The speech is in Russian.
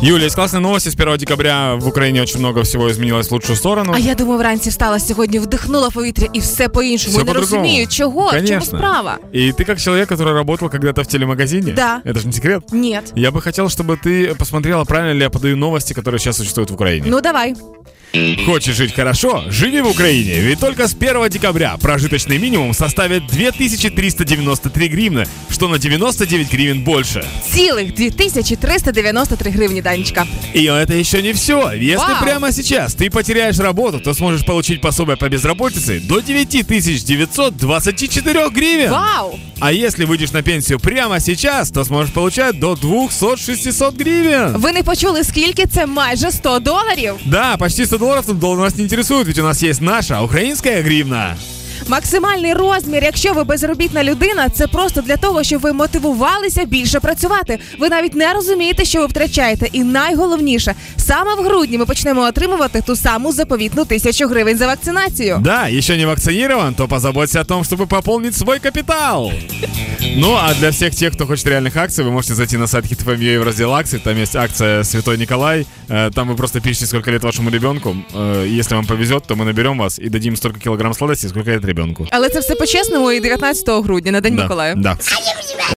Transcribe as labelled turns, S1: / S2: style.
S1: Юля, из классной новости с 1 декабря в Украине очень много всего изменилось в лучшую сторону.
S2: А я думаю, вранці встала сьогодні, вдихнула повітря і все по-іншому.
S1: Все
S2: не
S1: по-другому.
S2: розумію, чого, в чому
S1: Конечно.
S2: справа.
S1: И ты как человек, который работал когда-то в телемагазине.
S2: Да.
S1: Это же не секрет.
S2: Ні.
S1: Я бы хотел, чтобы ты посмотрела, правильно ли я подаю новости, которые сейчас существуют в Украине.
S2: Ну давай. Ну.
S1: Хочешь жить хорошо? Живи в Украине. Ведь только с 1 декабря прожиточный минимум составит 2393 гривны, что на 99 гривен больше.
S2: Цілих 2393 гривні, Данечка.
S1: И это еще не все. Если
S2: Вау.
S1: прямо сейчас ты потеряешь работу, то сможешь получить пособие по безработице до 9924 гривен.
S2: Вау!
S1: А если выйдешь на пенсию прямо сейчас, то сможешь получать до 200-600 гривен.
S2: Ви не почули, скільки це майже 100 доларів.
S1: Да, почти 100 долларов тут доллар нас не интересует, ведь у нас есть наша украинская гривна.
S2: Максимальний розмір, якщо ви безробітна людина, це просто для того, щоб ви мотивувалися більше працювати. Ви навіть не розумієте, що ви втрачаєте. І найголовніше, саме в грудні ми почнемо отримувати ту саму заповітну тисячу гривень за вакцинацію.
S1: Да, еще не вакцинирован, то позаботься о том, чтобы пополнить свой капитал. Ну, а для всех тех, кто хочет реальных акций, вы можете зайти на сайт HitFM.ua и в раздел акций. Там есть акция «Святой Николай». Э, Там вы просто пишете, сколько лет вашему ребенку. Э, Если вам повезет, то мы наберем вас и дадим столько килограмм сладостей, сколько лет ребенку.
S2: Але це все по-чесному і 19 грудня на День
S1: Да,
S2: Миколая.
S1: да.